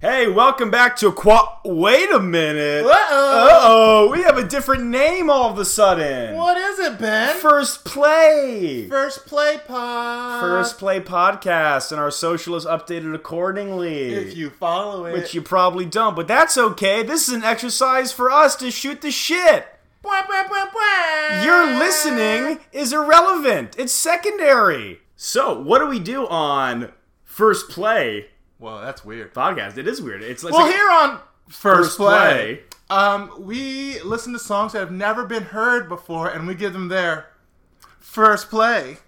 Hey, welcome back to Qua. Wait a minute. Uh-oh. Uh-oh, We have a different name all of a sudden. What is it, Ben? First play. First play pod. First play podcast, and our social is updated accordingly. If you follow it. which you probably don't, but that's okay. This is an exercise for us to shoot the shit. Bwah, bwah, bwah, bwah. Your listening is irrelevant. It's secondary. So, what do we do on first play Well, that's weird. podcast? It is weird. It's, it's Well, like- here on First First Play. Play, um, we listen to songs that have never been heard before, and we give them their first play,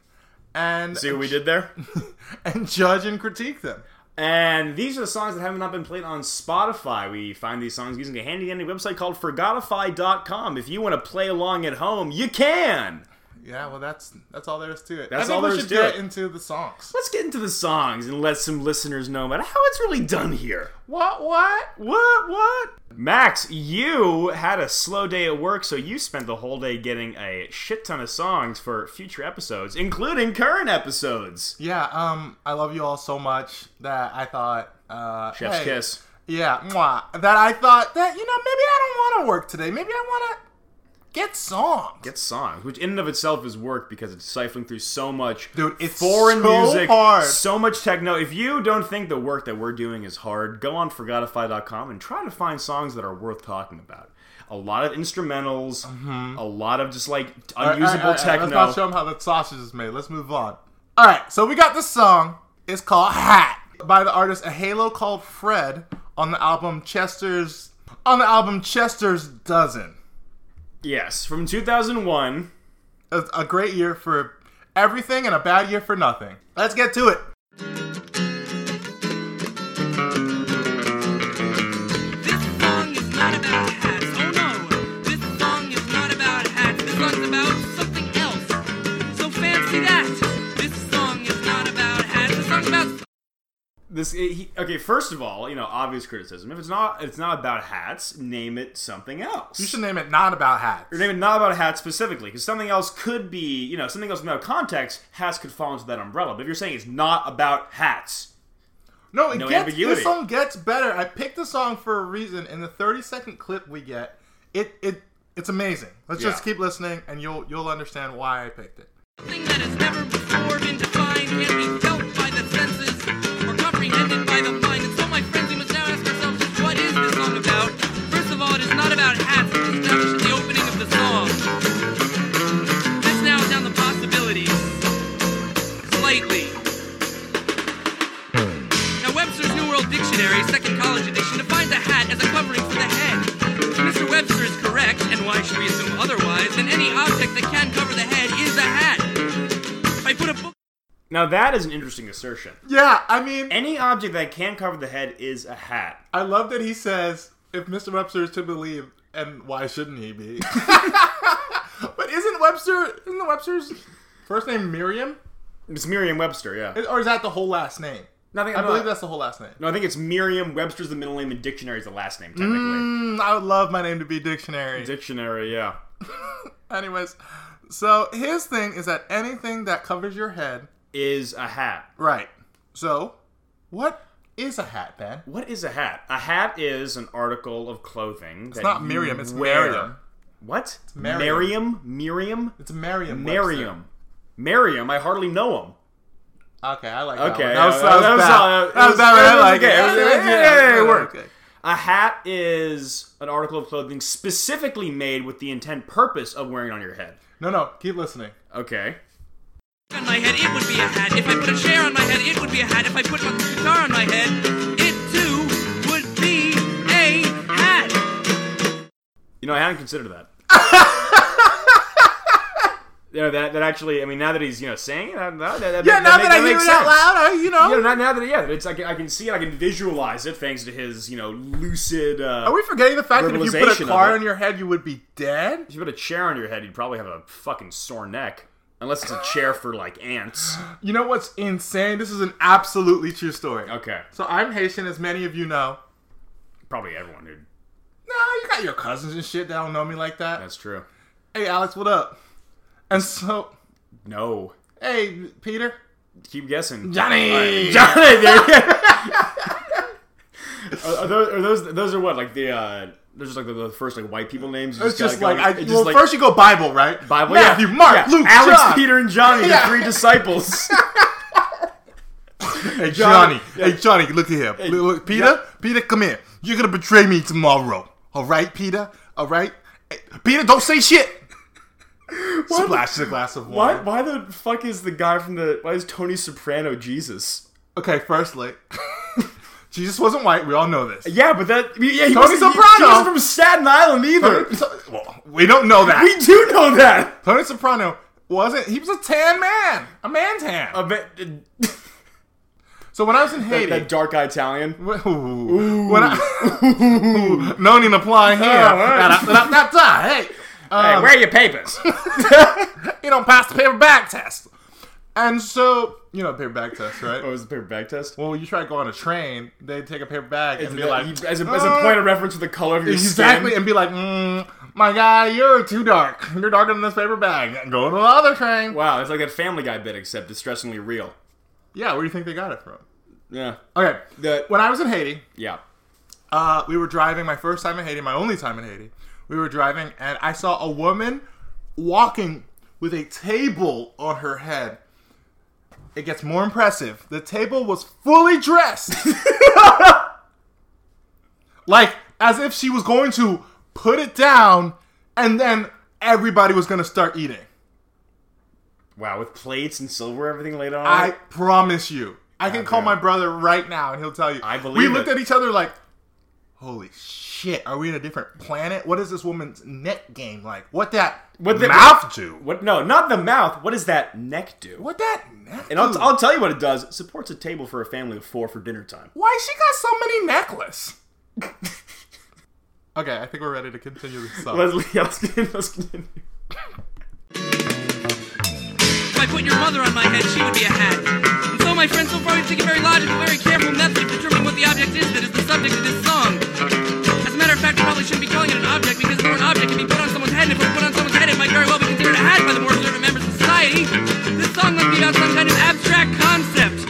and See what we did there? and judge and critique them. And these are the songs that have not been played on Spotify. We find these songs using a handy dandy website called Forgotify.com. If you want to play along at home, you can. Yeah, well, that's that's all there is to it. That's I think all we there is should to get it. into the songs. Let's get into the songs and let some listeners know about how it's really done here. What? What? What? What? Max, you had a slow day at work, so you spent the whole day getting a shit ton of songs for future episodes, including current episodes. Yeah. Um, I love you all so much that I thought. Uh, Chef's hey, kiss. Yeah, mwah. that I thought that you know maybe I don't want to work today. Maybe I want to get songs. Get songs, which in and of itself is work because it's sifling through so much Dude, it's foreign so music, hard. so much techno. If you don't think the work that we're doing is hard, go on forgotify.com and try to find songs that are worth talking about. A lot of instrumentals, Mm-hmm. a lot of just like All right, all right, unusable all right, techno. Let's not show them how the sausage is made. Let's move on. All right, so we got this song. It's called Hat by the artist A Halo Called Fred on the album Chester's on the album Chester's Dozen. yes, from 2001. A, a great year for everything and a bad year for nothing. Let's get to it. This song is not about hats. Oh no, this song is not about hats. This song's about something else. So fancy that. This song is not about hats. This song's about. This he, okay. First of all, you know, obvious criticism. If it's not, it's not about hats. Name it something else. You should name it not about hats. Or name it not about hats specifically, because something else could be, you know, something else without context. Hats could fall into that umbrella. But if you're saying it's not about hats, No, it No gets ambiguity. this song gets better. I picked the song for a reason. In the 30 second clip we get, it it it's amazing. Let's just Yeah. keep listening, and you'll you'll understand why I picked it. Something that has never before been defined can be felt by the senses or comprehended by the mind. And so, my friends, we must now ask ourselves just what is this song about? First of all, it is not about hats, which establishes the opening of the song. Let's now down the possibilities slightly. Now, Webster's New World Dictionary, second college edition, defines a hat as a covering for the head. Mr. Webster is correct, and why should we assume otherwise? Then any object that can cover the head is a hat. If I put a book. now that is an interesting assertion. Yeah, I mean, Any object that can cover the head is a hat. I love that he says, "If Mr. Webster is to believe, and why shouldn't he be?" but isn't Webster isn't the Webster's first name Miriam, It's Merriam-Webster, yeah. or is that the whole last name? No, I think, I no, believe that's the whole last name. No, I think it's Merriam-Webster's the middle name, and dictionary is the last name technically. Mm, I would love my name to be dictionary. Dictionary, yeah. Anyways, so his thing is that anything that covers your head Is a hat. Right. So, what is a hat, Ben? What is a hat? A hat is an article of clothing. It's not Miriam, it's Merriam. What? Merriam. Merriam? Merriam? It's Merriam. Merriam. Merriam, I hardly know him. Okay, I like Okay, that. One. yeah, That was that was bad. That was bad. right? I like it. okay. Yeah, It was- yeah, yeah, yeah, it yeah, worked. okay. A hat is an article of clothing specifically made with the intent purpose of wearing it on your head. No, no, keep listening. Okay. on my head, it would be a hat. If I put a chair on my head, it would be a hat. If I put a guitar on my head, it too would be a hat. You know, I hadn't considered that. you know, that that actually, I mean, now that he's you know saying it, I don't know, that, that, Yeah, that, now make- that I hear makes it out sense. loud, I, you know. Yeah, now, now that yeah, it's I can, I can see it, I can visualize it thanks to his you know lucid. Uh, Are we forgetting the fact that if you put Verbalization a of car it. on your head, you would be dead? If you put a chair on your head, you'd probably have a fucking sore neck. Unless it's a chair for like ants. You know what's insane? This is an absolutely true story. Okay, So I'm Haitian, as many of you know. probably everyone dude. Nah, you got your cousins and shit that don't know me like that. That's true. hey, Alex, what up? And so, No, hey, Peter. keep guessing. Johnny! Johnny, dude. Are, are those, are those those are what like the uh, they're just like the, the first like white people names. You It's just gotta like go- I, it's just well, like first you go Bible, right? Bible, Matthew, yeah. Mark, yeah. Luke, Alex, John. Peter, and Johnny, Yeah. the three disciples. Hey Johnny, Yeah. hey Johnny, look at here. Look, look, Peter, yeah. Peter, come here. You're gonna betray me tomorrow. All right, Peter. All right, Hey, Peter, don't say shit. Splashes a glass of Why? wine. Why the fuck is the guy from the? Why is Tony Soprano Jesus? Okay, firstly, Jesus wasn't white. We all know this. Yeah, but that I mean, yeah, he Tony wasn't, he- He, Soprano! wasn't from Staten Island either. Tony- so- well, we don't know that. we do know that. Tony Soprano wasn't. He was a tan man, a man's tan. I bet- so when I was in Haiti, Uh, that dark eye Italian. Ooh. When I, Ooh. no need to apply here. right. Da, da, da, da, da. Hey, hey, um, where are your papers? you don't pass the paper bag test. And so, you know, paper bag test, right? what was Oh, the paper bag test? Well, you try to go on a train, they take a paper bag and be That- like, you- as, a, as a "Uh, point of reference with the color of your exactly, skin. and be like, mm, my guy, you're too dark. You're darker than this paper bag. Go to the other train. Wow, it's like that Family Guy bit, except distressingly real. Yeah, where do you think they got it from? Yeah, Okay, The- when I was in Haiti, yeah. uh, we were driving my first time in Haiti, my only time in Haiti. We were driving, and I saw a woman walking with a table on her head. It gets more impressive. The table was fully dressed, like as if she was going to put it down, and then everybody was going to start eating. Wow, with plates and silver, everything laid on. I it? promise you. I can call damn. my brother right now and he'll tell you. I believe We looked it. at each other like, holy shit, are we in a different planet? What is this woman's neck game like? What that What the- mouth do? What, What? No, not the mouth. What does that neck do? that neck And I'll, do? I'll tell you what it does. It supports a table for a family of four for dinner time. Why she got so many necklace? okay, I think we're ready to continue this song. Leslie, let's continue. Let's continue. If I put your mother on my head, she would be a hat. And so my friends will probably take a very logical, very careful method of determining what the object is that is the subject of this song. As a matter of fact, we probably shouldn't be calling it an object because the word object can be put on someone's head, and if it was put on someone's head, it might very well be considered a hat by the more observant members of society. This song must be about some kind of abstract concept.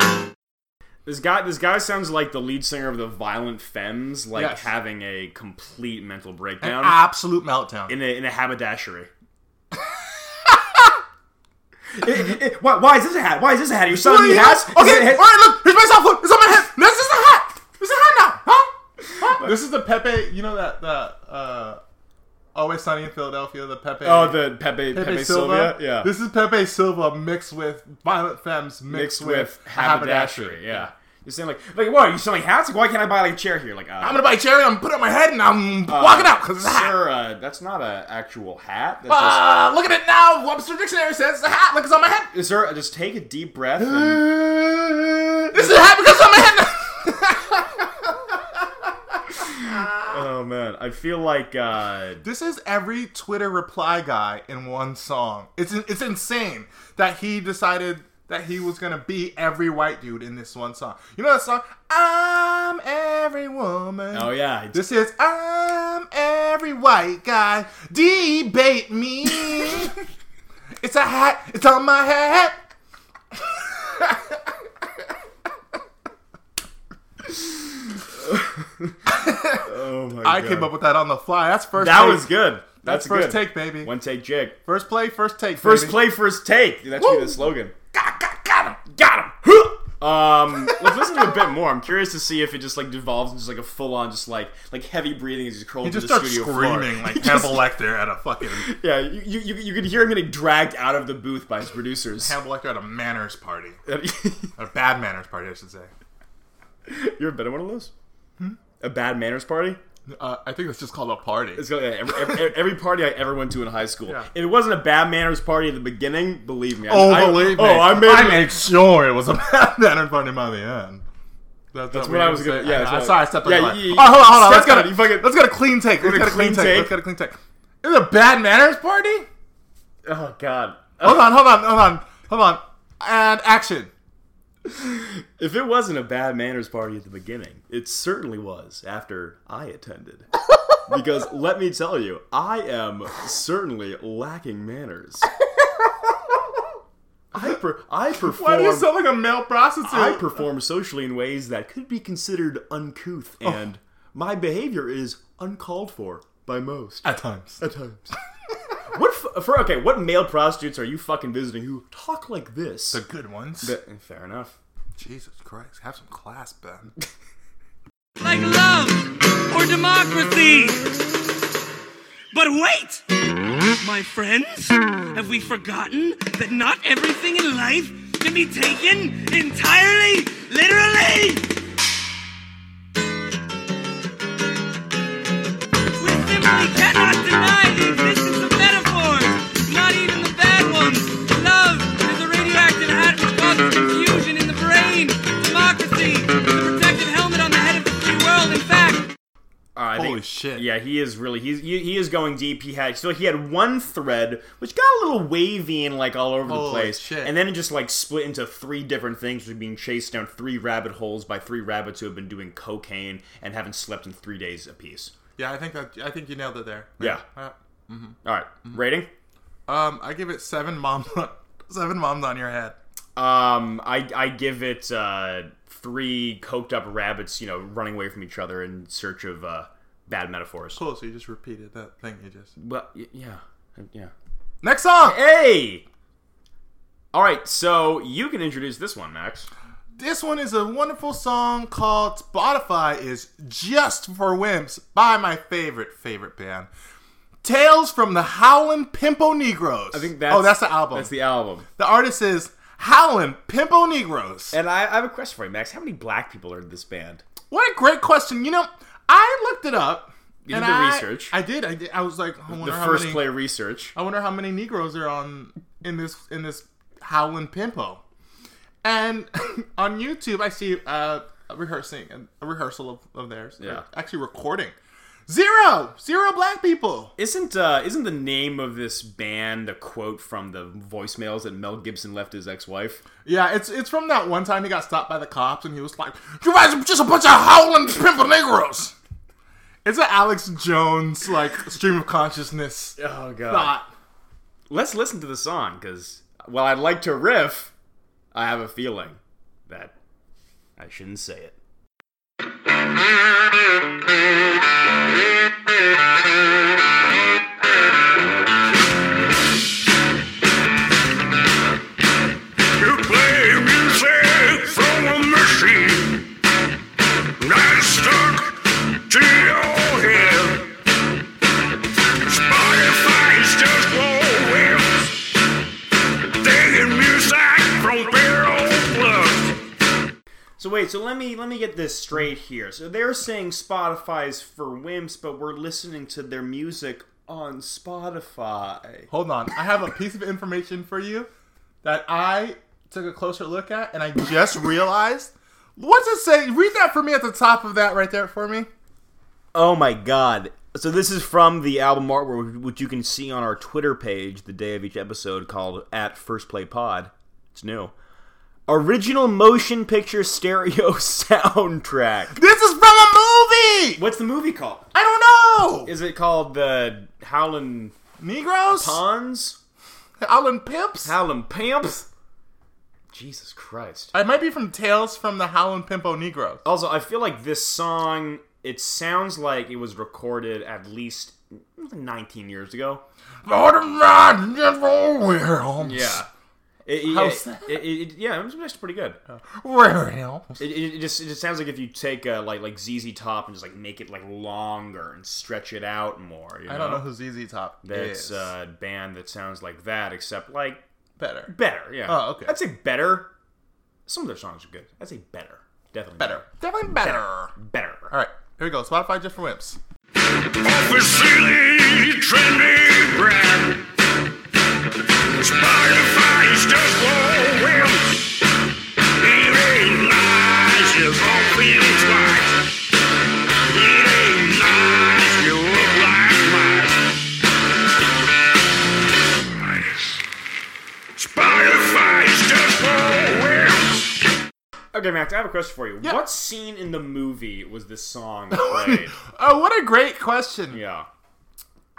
This guy, this guy sounds like the lead singer of the Violent Femmes, like Yes. having a complete mental An breakdown absolute meltdown. in a in a haberdashery. It- it- it- why, why is this a hat? Why is this a hat? Your son Really, he has. yes? Okay, alright, look, here's my cell phone. It's on my head. This is the hat. It's a hat now. Huh? Huh? This is the Pepe, you know that, that, uh, Always Sunny in Philadelphia, the Pepe. Oh, the Pepe Pepe, Silva. Yeah, This is Pepe Silva mixed with Violent Femmes mixed, mixed with haberdashery. haberdashery. Yeah. You're saying like, like, what? Are you selling hats? Like, why can't I buy like a chair here? Like, uh, I'm gonna buy cherry, I'm gonna put it on my head, and I'm walking out because it's a hat. Sir, uh, that's not an actual hat. That's just- Uh, look at it now. Webster Dictionary says it's a hat. Look, it's on my head. Is there? uh, Just take a deep breath. And, This is a hat because it's on my head now. oh man, I feel like uh, This is every Twitter reply guy in one song. It's it's insane that he decided that he was gonna be every white dude in this one song. You know that song? I'm every woman. oh yeah, it's- This is I'm every white guy. Debate me. it's a hat. It's on my head. oh my I god, came up with that on the fly. That's first. that take. was good. That's That's, first good. take, baby. One take, jig. First play, first take. First baby. play, first take. That should Woo! be the slogan. Got, got, got him. Got him. Huh! um, let's listen to a bit more. I'm curious to see if it just like devolves into like a full on just like like heavy breathing as he's crawling He through just the starts studio screaming floor. like He just- Hannibal Lecter at a fucking yeah, you, you you you could hear him getting dragged out of the booth by his producers. Hannibal Lecter at a manners party. A bad manners party, I should say. You're been at one of those. Hmm? A bad manners party. Uh, I think that's just called a party. It's gonna, every, every, every party I ever went to in high school. Yeah. If it wasn't a bad manners party at the beginning, believe me. I, oh, I- believe me. Oh, I made. I made sure it was a bad manners party by the end. That's, that's what I was gonna. Yeah, I, that's know. what- sorry, I stepped on yeah, your line. you- you oh, hold on, hold on. Let's stepped get on it, a, you fucking- let's get a clean take. Let's get a clean take. Let's get a clean take. It was a bad manners party. Oh God. Hold on, hold on, hold on, hold on. And action. If it wasn't a bad manners party at the beginning, it certainly was after I attended. because let me tell you, I am certainly lacking manners. I per, I perform. Why do you sound like a male prostitute? Oh. I perform socially in ways that could be considered uncouth and my behavior is uncalled for by most At times. at times. what f- for? Okay, what male prostitutes are you fucking visiting who talk like this? The good ones. Th- Fair enough. Jesus Christ. Have some class, Ben. like love or democracy. But wait! My friends, have we forgotten that not everything in life can be taken entirely literally? We simply cannot deny the existence of metaphors, not even the bad ones. Love is a radioactive hat which causes confusion in the brain. Democracy, the protective helmet on the head of the free world. In fact, All right, I Holy think- shit. Uh, Yeah, he is really he's he, he is going deep. He had so he had one thread which got a little wavy and like all over the Holy place, shit. and then it just like split into three different things. Which were being chased down three rabbit holes by three rabbits who have been doing cocaine and haven't slept in three days apiece. Yeah, I think that I think you nailed it there. Yeah. Uh, All right, Mm-hmm. rating. Um, I give it seven moms. seven moms on your head. Um, I I give it uh, three coked up rabbits, you know, running away from each other in search of uh, bad metaphors. Cool. So you just repeated that thing you just. Well, y- yeah, yeah. Next song. Hey. All right, so you can introduce this one, Max. This one is a wonderful song called Spotify is Just for Wimps by my favorite, favorite band. Tales from the Howlin' Pimpo Negroes. I Oh, that's the album. That's the-, the album. artist is Howlin' Pimpo Negroes. And I, I have a question for you, Max. How many black people are in this band? what a great question. You know, I looked it up. You and did the I- research. I did. I did. I was like, I wonder The how first many, play research. I wonder how many Negroes are on in this in this Howlin' Pimpo. And on YouTube, I see uh, a rehearsing a rehearsal of, of theirs. Yeah. actually recording. Zero, zero black people. Isn't uh, isn't the name of this band a quote from the voicemails that Mel Gibson left his ex-wife? Yeah, it's it's from that one time he got stopped by the cops and he was like, "You guys are just a bunch of howling pimple Negroes." It's an Alex Jones like stream of consciousness Oh god. thought. Let's listen to the song cuz while I'd like to riff, I have a feeling that I shouldn't say it. You play music from a machine. Not stuck to your head. Spotify's just whirlwinds. Taking music from barrel plugs. So wait, so let me let me get this straight here. So they're saying Spotify's for wimps, but we're listening to their music on Spotify. Hold on. I have a piece of information for you that I took a closer look at and I just realized. What's it say? Read that for me at the top of that right there for me. Oh my god. So this is from the album artwork which you can see on our Twitter page the day of each episode called at First Play Pod. It's new. Original motion picture stereo soundtrack. This is from a movie! What's the movie called? I don't know! Is it called the Howlin' Negroes? Pons? Howlin' Pimps? Howlin' Pamps? Jesus Christ. it might be from Tales from the Howlin' Pimpo Negroes. Also, I feel like this song, it sounds like it was recorded at least 19 years ago. Lord of my never wills. It, it, How's that? it, it- it- yeah, it was actually pretty good. Oh. Wills. It, it, it just it just sounds like if you take uh like like ZZ Top and just like make it like longer and stretch it out more. You know? I don't know who ZZ Top That's uh, is. a band that sounds like that, except like Better. better. Yeah. Oh, okay. I'd say better. Some of their songs are good. I'd say better. Definitely Better. Definitely better. Better. Alright, here we go. Spotify just for wimps. Office silly, trendy brand. Spotify's just whirlwinds. It ain't nice, you've all been twice. It ain't nice, you look like mice. Nice. Spotify's just whirlwinds. Okay, Max, I have a question for you. Yeah. What scene in the movie was this song played? Oh, what a great question. yeah.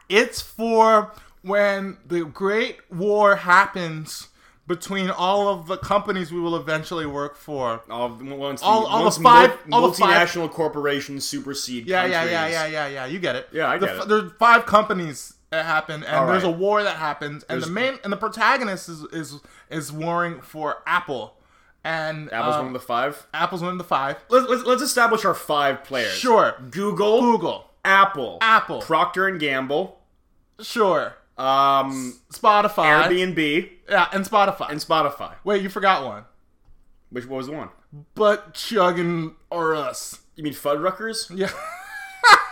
It's for when the Great War happens between all of the companies we will eventually work for. All, once the, All- all the once five- mul- all the five- multinational corporations supersede Yeah, yeah, countries. yeah, yeah, yeah, yeah. You get it. Yeah, I the, get it. There's five companies that happen, and All there's a right. war that happens, and the There's- main and the protagonist is is is warring for Apple, and Apple's um, one of the five. Apple's one of the five. Let's, let's, let's establish our five players. Sure. Google, Google, Apple, Apple. Procter and Gamble, sure. um, Spotify, Airbnb, yeah, and Spotify. and Spotify. Wait, you forgot one. Which what was the one? But chugging or us. You mean Fuddruckers? Yeah.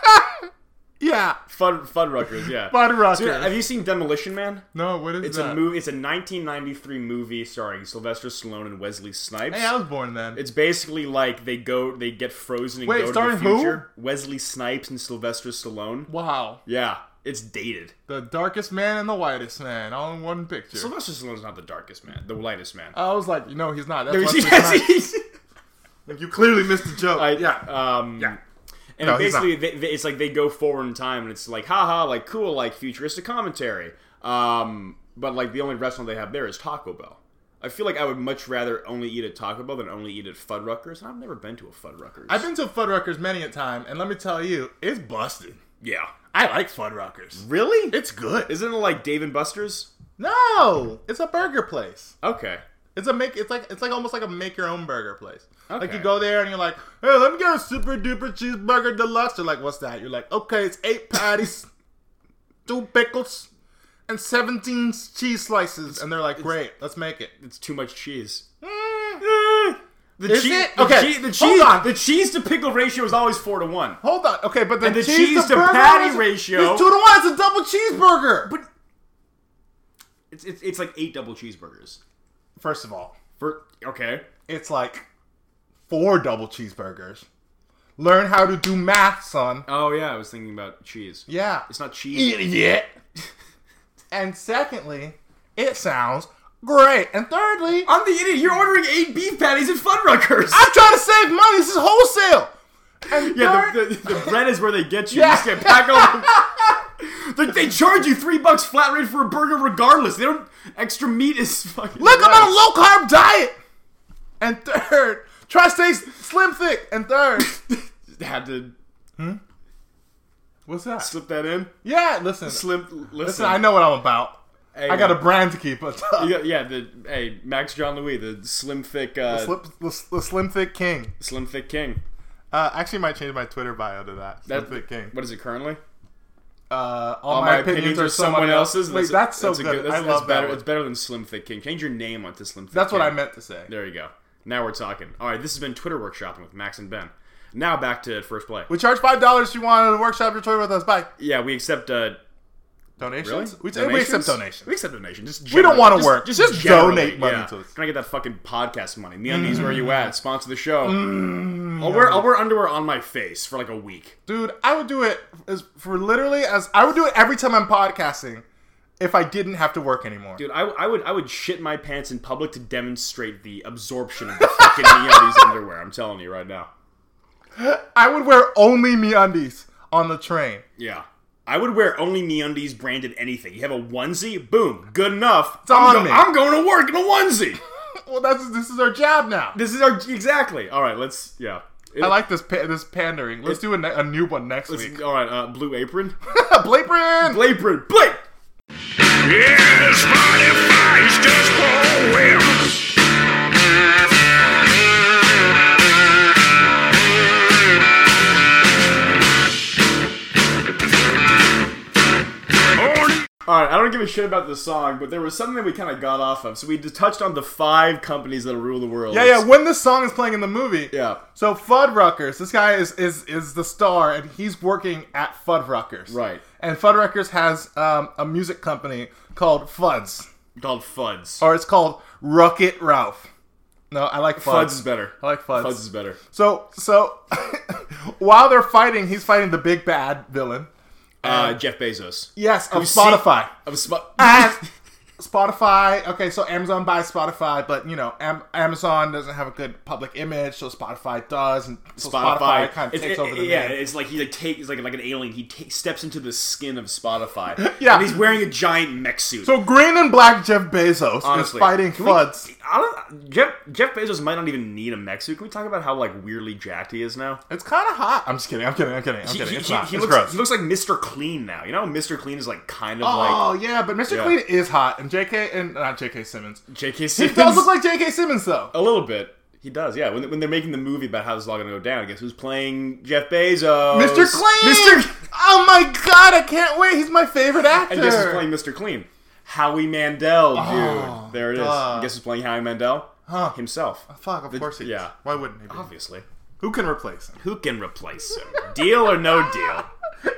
yeah. Fud Fuddruckers, yeah. Fuddruckers. Dude, have you seen Demolition Man? No, what is It's that? a movie. It's a 1993 movie starring Sylvester Stallone and Wesley Snipes. Hey, I was born then. It's basically like they go, they get frozen and Wait, go to starring the who? future. Wesley Snipes and Sylvester Stallone. wow. Yeah, it's dated. The darkest man and the whitest man, all in one picture. Sylvester Stallone's not the darkest man, the lightest man. I was like, no, he's not. That's Yes, Wesley he- Snipes. he's- Like, you clearly missed the joke. I- yeah. Um, Yeah. And No, he's basically, they, they, it's like they go forward in time, and it's like, haha, like cool, like futuristic commentary. Um, but like the only restaurant they have there is Taco Bell. I feel like I would much rather only eat at Taco Bell than only eat at Fuddruckers. And I've never been to a Fuddruckers. I've been to Fuddruckers many a time, and let me tell you, it's busted. yeah. I like Fuddruckers. Really? It's good. Isn't it like Dave and Buster's? no, it's a burger place. Okay. It's a make. It's like it's like almost like a make your own burger place. Like Okay. you go there and you're like, hey, let me get a super duper cheeseburger deluxe. They're like, what's that? You're like, okay, it's eight patties, two pickles, and seventeen cheese slices. And they're like, great, let's make it. It's too much cheese. The Eh. Is cheese, it? the Okay, cheese- the hold cheese, on. the cheese to pickle ratio is always four to one. Hold on, okay, but the, And the cheese to burger patty is- ratio- is two to one. It's a double cheeseburger. But it's it's, it's like eight double cheeseburgers. first of all, For okay, it's like four double cheeseburgers. Learn how to do math, son. Oh yeah, I was thinking about cheese. Yeah, It's not cheese. idiot. and secondly, it sounds great. And thirdly, I'm the idiot. You're ordering eight beef patties at Fuddruckers. I'm trying to save money. This is wholesale. And yeah, the, third- the, the bread is where they get you. Yeah. You just get packed all. They, they charge you three bucks flat rate for a burger, regardless. They don't. Extra meat is fucking. look, I'm on a gross. low carb diet. And third, try to stay slim thick. And third, Had to what's that? slip that in. Yeah, listen, Slim. Listen, listen. I know what I'm about. Hey, I got a brand to keep. But you got- yeah, the hey Max John Louis, the slim thick, uh, Slip, the, the slim thick king. slim thick king. Uh, actually, might change my Twitter bio to that. Slim That- thick king. What is it currently? Uh, all, my, opinions, are someone else's. Wait, that's so a good. I that's- that's love that. better. one. It's better than Slim Thick King. Change your name onto Slim Thick. That's what King. I meant to say. There you go. Now we're talking. All right, this has been Twitter workshopping with Max and Ben. Now back to first play. We charge five dollars if you want to workshop your toy with us. Bye. yeah, we accept uh, really? Donations? We, we accept donations. We accept donations. Just We don't generally- wanna work. Just generally, donate money yeah. to us. Mm. Can I get that fucking podcast money? Me undies, where you at? Sponsor the show. I'll wear I'll wear underwear on my face for like a week. Dude, I would do it as for literally as I would do it every time I'm podcasting if I didn't have to work anymore. Dude, I, I would I would shit my pants in public to demonstrate the absorption of the fucking MeUndies underwear. I'm telling you right now. I would wear only me undies on the train. Yeah. I would wear only MeUndies branded anything. You have a onesie, boom, good enough. on I'm, go- me. I'm going to work in a onesie. Well, that's this is our job now. This is our exactly. All right, let's yeah. It- I like this pa- this pandering. Let's do a, ne- a new one next let's- week. all right, uh, blue apron, Blapron! apron, blake. Yeah, Spotify is just for wimps. Morning. All right, I don't give a shit about this song, but there was something that we kind of got off of. So we just touched on the five companies that rule the world. Yeah, yeah. When this song is playing in the movie, yeah. So Fuddruckers, this guy is is is the star, and he's working at Fuddruckers. Right. And Fuddruckers has um, a music company called Fuds, Called Fuds. or it's called Rocket Ralph. No, I like Fuds. Fuds is better. I like Fuds. Fuds is better. So so while they're fighting, he's fighting the big bad villain. Uh, Jeff Bezos. Yes, of Who's Spotify. Of Spot. And Spotify. Okay, so Amazon buys Spotify, but you know, Am- Amazon doesn't have a good public image, so Spotify does, and so Spotify, kind of it's- it- takes over the yeah. name. It's like he like takes like like an alien. He ta- steps into the skin of Spotify. Yeah. and he's wearing a giant mech suit. So green and black Jeff Bezos Honestly, is fighting can we- floods. I don't, Jeff Jeff Bezos might not even need a mech suit. Can we talk about how like weirdly jacked he is now? It's kind of hot. I'm just kidding. I'm kidding. I'm kidding. I'm He, kidding. he- it's he- not. he it's looks, gross. he looks like Mr. Clean now. You know, how Mr. Clean is like kind of oh like yeah, but Mr. Yeah. Clean is hot, and J.K. and not J.K. Simmons. J.K. He Simmons. does look like J.K. Simmons though. a little bit. He does, yeah. When, when they're making the movie about how this is all going to go down, guess who's playing Jeff Bezos? Mr. Clean. Mr. Oh my God! I can't wait. He's my favorite actor. And guess who's playing Mr. Clean? Howie Mandel, dude. Oh, there it is. duh. Guess who's playing Howie Mandel? Huh. Himself. Fuck. Of The- course he. is. yeah. Oh. Why wouldn't he? Be? Obviously. Who can replace him? Who can replace him? deal or no deal?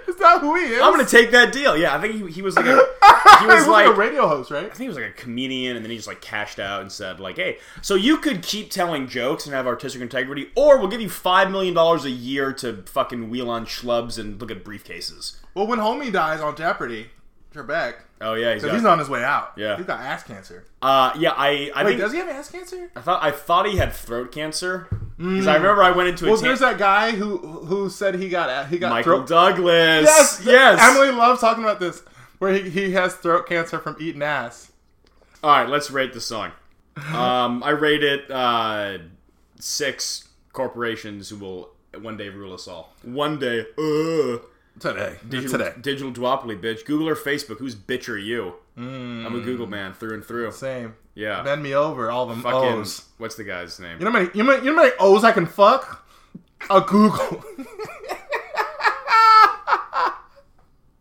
Is that who he is? I'm gonna take that deal. Yeah, I think he, he was like a he He was was like a radio host, right? I think he was like a comedian, and then he just like cashed out and said like, "Hey, so you could keep telling jokes and have artistic integrity, or we'll give you five million dollars a year to fucking wheel on schlubs and look at briefcases." Well, when homie dies on Jeopardy, Trebek, Oh yeah, he's because got, he's on his way out. Yeah. he's got ass cancer. uh, yeah. I I Wait, think does he have ass cancer? I thought I thought he had throat cancer because I remember I went into a Well, ta- there's that guy who who said he got he got Michael throat. Douglas. Yes, yes. Emily loves talking about this, where he, he has throat cancer from eating ass. All right, let's rate the song. Um, I rate it uh, six corporations who will one day rule us all. One day. uh, Ugh. Today, Digital, digital duopoly, bitch. Google or Facebook? Whose bitch are you? I'm a Google man through and through. same. Yeah. Bend me over, all them Uh, Fucking, O's. what's the guy's name? You know how many you know, you know how many O's I can fuck? A Google.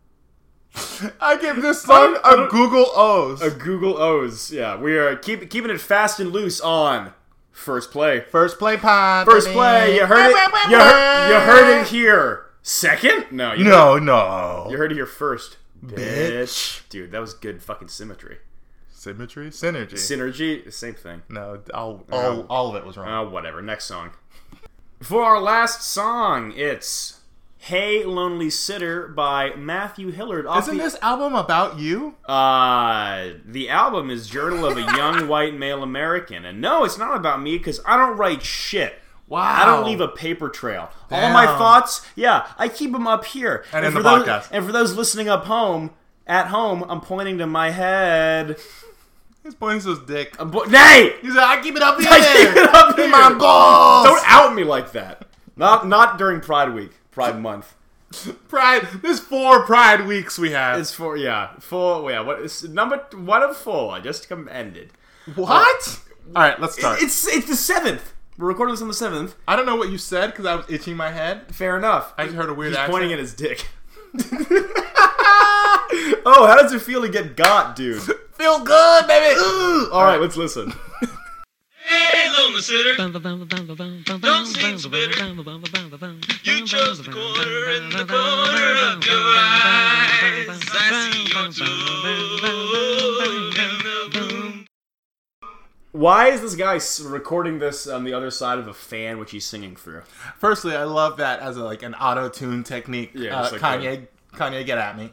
I give this song a Google O's. a Google O's. Yeah, we are keep, keeping it fast and loose on first play. First play pod. First play. You heard it. You heard, you heard it here. Second? No. You No, no. You heard it here first. Bitch. Dude, that was good fucking symmetry. Symmetry, synergy. Synergy, same thing. no, all, all, all of it was wrong. Oh, whatever. Next song. For our last song, it's Hey Lonely Sitter by Matthew Hillard. Off Isn't the, this album about you? Uh, the album is Journal of a Young White Male American. And no, it's not about me because I don't write shit. Wow. I don't leave a paper trail. All my Damn. thoughts, yeah, I keep them up here. And in for the those- podcast. And for those listening up home, at home, I'm pointing to my head. He's pointing to his dick. I'm po- Nay! He's like, I keep it up here. I keep it up In here. my balls. Don't out me like that. Not not during Pride Week, Pride Month. pride. There's four Pride weeks we have. It's for yeah, four. Yeah, what is number one of four? I just come ended. what? All right, let's start. It's it's the seventh. We're recording this on the seventh. I don't know what you said because I was itching my head. Fair enough. I just heard a weird He's accent. pointing at his dick. oh, how does it feel to get got, dude? Feel good, baby. All right, let's listen. Hey, lonely sitter, Don't seem so bitter. you chose the corner in the corner of your eyes. I see your toad in the boom. Why is this guy s- recording this on the other side of a fan, which he's singing through? Firstly, I love that as a, like an auto tune technique. Yeah, uh, just like Kanye, Kanye, get at me.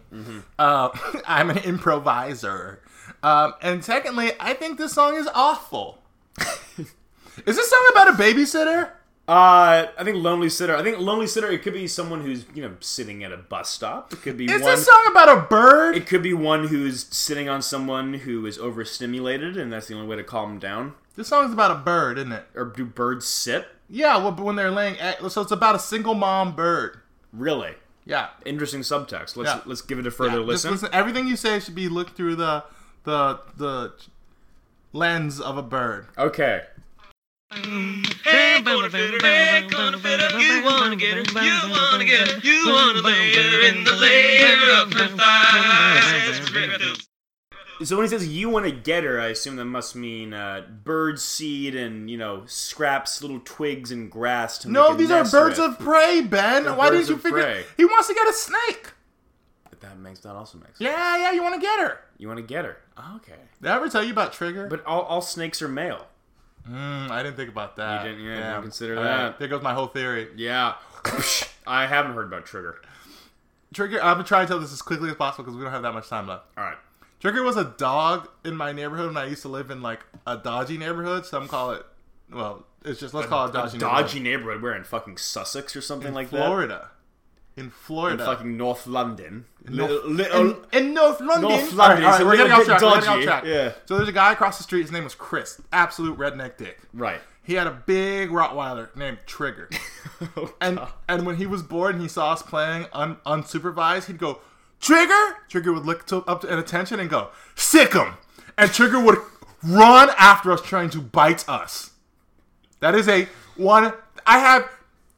Uh, I'm an improviser. Um, and secondly, I think this song is awful. is this song about a babysitter? Uh, I think lonely sitter. I think lonely sitter. It could be someone who's you know sitting at a bus stop. It could be Is one. this song about a bird? It could be one who's sitting on someone who is overstimulated, and that's the only way to calm them down. this song's about a bird, isn't it? Or do birds sit? Yeah, well, but when they're laying, egg- so it's about a single mom bird. Really Yeah. interesting subtext. Let's Yeah. let's give it a further Yeah, just listen. Everything you say should be looked through the the the lens of a bird. Okay. Hey, gonna fit her, hey, gonna fit her. You wanna get her, you wanna get her, you wanna lay her in the layer of her thighs. Ribbit-a-doo. So when he says you want to get her, I assume that must mean uh, bird seed and you know scraps, little twigs and grass. To No, make a these are nest birds with. of prey, Ben. They're Why birds didn't you of figure? prey. He wants to get a snake. That makes that also makes. Yeah, yeah, you want to get her. You want to get her? Okay. Did I ever tell you about Trigger? But all, all snakes are male. Mm, I didn't think about that. You didn't- you didn't consider All that. There goes my whole theory. Yeah. I haven't heard about trigger. Trigger. I'm gonna try to tell this as quickly as possible because we don't have that much time left. All right. Joker was a dog in my neighborhood when I used to live in like a dodgy neighborhood. Some call it, well, it's just let's call it dodgy. Dodgy neighborhood. We're in fucking Sussex or something like neighborhood. Florida. In that. Florida. In fucking North London. North, Little- little- in, in North London. North London, All right, all it's a right, we're little getting off bit track. We're getting off dodgy, track. yeah. So there's a guy across the street. His name was Chris. Absolute redneck dick. right. He had a big Rottweiler named Trigger. And Oh. and when he was bored and he saw us playing un, unsupervised, he'd go, Trigger! Trigger would look to, up to, at attention and go, Sick him! And Trigger would run after us trying to bite us. That is a one. I have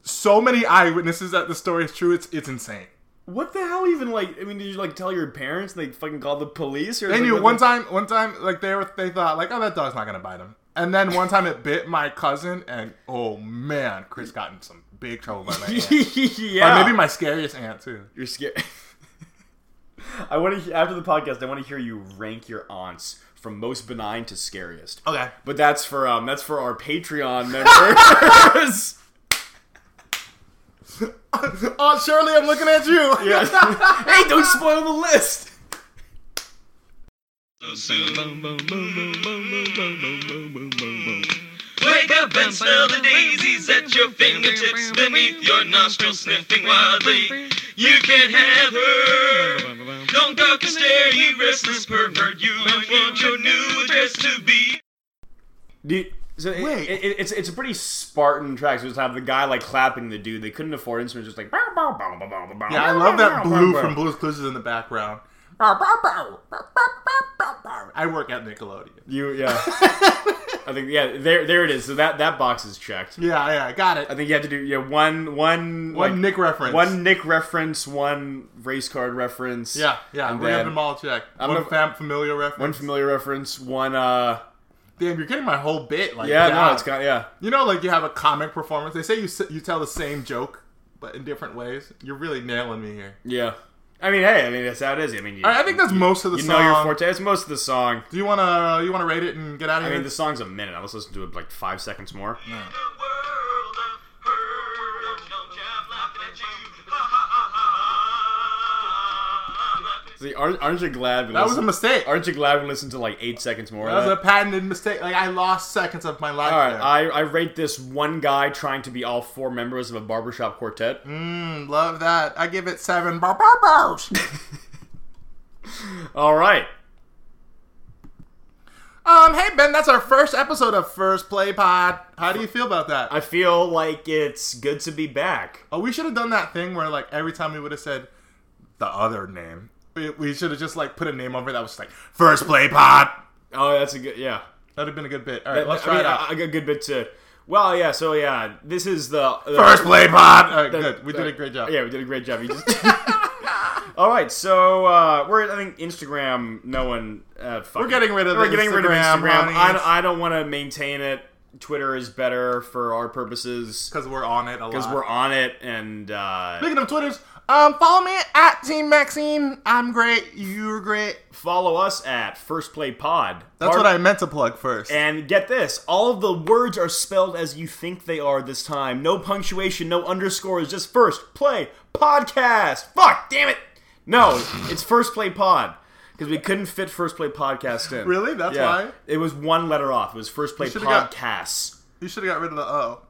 so many eyewitnesses that the story is true, it's, it's insane. What the hell? Even like, I mean, did you like tell your parents and they fucking called the police? Or They like, knew what one the- time, one time, like they were, they thought, like, oh, that dog's not gonna bite him. And then one time it bit my cousin, and oh man, Chris got in some big trouble by my aunt. Or yeah. maybe my scariest aunt too. You're scared. I want to after the podcast. I want to hear you rank your aunts from most benign to scariest. Okay. But that's for um that's for our Patreon members. Aunt Oh, Shirley, I'm looking at you. Yeah. hey, don't spoil the list. Wake up and smell the daisies at your fingertips beneath your nostrils sniffing wildly. You can't have her. Don't gawk and stare, you restless pervert. You want your new address to be. Dude, so it- Wait. it- it's it's a pretty Spartan track. So it's have the guy like clapping the dude. They couldn't afford instruments. Just like bow, bow, bow, bow, bow, bow, Yeah, I bow, love that bow, blue bow, from bow. Blue's Clues is in the background. I work at Nickelodeon. You yeah. I think yeah. There there it is. So that that box is checked. Yeah, yeah, got I it. think you have to do yeah one one One like, Nick reference. one Nick reference, one race card reference. Yeah, yeah. And We're then having them all checked. I'm one a- fam- familiar reference. one familiar reference, one uh Damn, you're getting my whole bit. Like, yeah down. no it's got yeah You know, like you have a comic performance. They say you s- you tell the same joke, but in different ways. You're really nailing me here. yeah. I mean hey I mean that's how it is. I mean you, I, I think that's most of the you know song. your forte. It's most of the song. Do you wanna you wanna rate it and get out of I here? mean, the song's a minute. I was listening to it like five seconds more. See, aren't, aren't you glad? We that was a listened- mistake. Aren't you glad we listened to like eight seconds more? That of was a that? patented mistake. Like I lost seconds of my life. all right, there. I, I rate this one guy trying to be all four members of a barbershop quartet. Mm. Love that. I give it seven. Bow, bow, bows. All right, um, hey Ben, that's our first episode of First Play Pod. How do you feel about that? I feel like it's good to be back. oh, we should have done that thing where like every time we would have said the other name, we, we should have just like put a name over that was like First Play Pod. Oh, that's a good yeah. That'd have been a good bit. All right, let's I try mean, it out. I, I got a good bit to. Well, yeah. So yeah, this is the, the First Play Pod. All right, the- good. We did the- a great job. Yeah, we did a great job. You just. All right, so uh, we're at, I think Instagram. No one. Uh, fuck We're it. getting rid of the We're getting rid of Instagram, Instagram. honeys. I, I don't want to maintain it. Twitter is better for our purposes because we're on it a lot. because we're on it, and uh, Speaking of Twitters, um, follow me at Team Maxine. I'm great. You're great. follow us at First Play Pod. That's Our- what I meant to plug first. And get this: all of the words are spelled as you think they are this time. No punctuation, no underscores. Just first play podcast. Fuck, damn it! No, it's first play pod because we couldn't fit first play podcast in. Really? That's why? it was one letter off. It was first play should've got- podcast. You should have got rid of the O.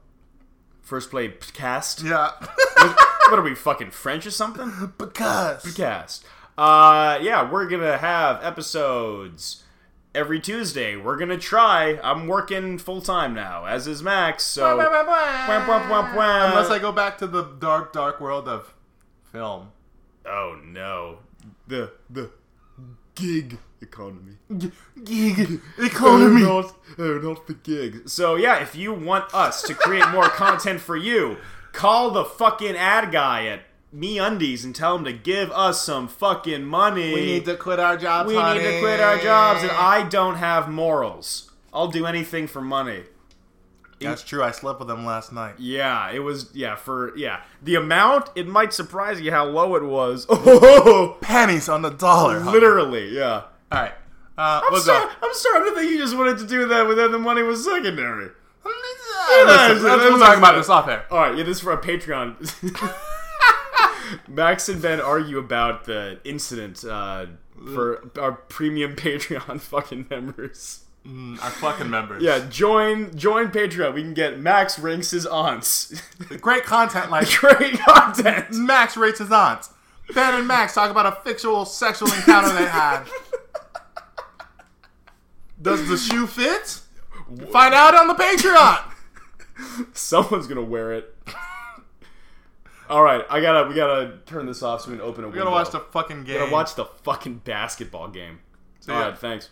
First play cast. Yeah. What are we fucking French or something? Because. Cast. Uh, yeah, we're gonna have episodes every Tuesday. We're gonna try. I'm working full time now, as is Max. So. Wah, wah, wah, wah. Unless I go back to the dark, dark world of film. Oh no. The the gig economy. Gig Oh, not, oh, not the gig. So yeah, if you want us to create more content for you, call the fucking ad guy at Me Undies and tell him to give us some fucking money. We need to quit our jobs. We need to honey. quit our jobs, and I don't have morals. I'll do anything for money. That's true. I slept with them last night. Yeah, it was. Yeah, for yeah, the amount it might surprise you how low it was. Oh, Pennies on the dollar. honey. literally, yeah. All right. Uh, I'm what's sorry. up? I'm sorry. I didn't think you just wanted to do that without the money was secondary. Listen, Yeah, we'll it's- talk about this off air. All right, yeah, this is for our Patreon. Max and Ben argue about the incident uh, for our premium Patreon fucking members. Mm, our fucking members. Yeah, join join Patreon. We can get Max ranks his aunts. Great content like Great content. Max rates his aunts. Ben and Max talk about a fictional sexual encounter they had. Does the shoe fit? Find out on the Patreon. Someone's gonna wear it. All right, I gotta we gotta turn this off so we can open a We gotta watch the fucking game. gotta watch the fucking basketball game. ya. All right, thanks.